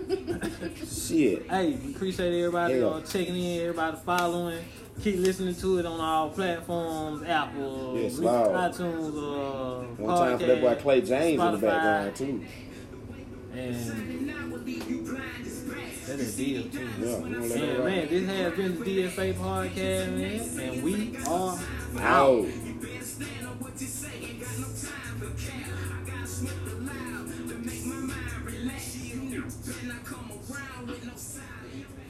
Shit. Hey, we appreciate everybody Yeah. uh, checking in, everybody following. Keep listening to it on all platforms: Apple, Yes, Re- loud. iTunes, uh, One time for that boy podcast, Clay James in Spotify, the background too. and that is deal too. Yeah, we gonna let that Man, rock. man, this has been the DSA podcast, man, and we are Ow. Relax, then I come around with no side.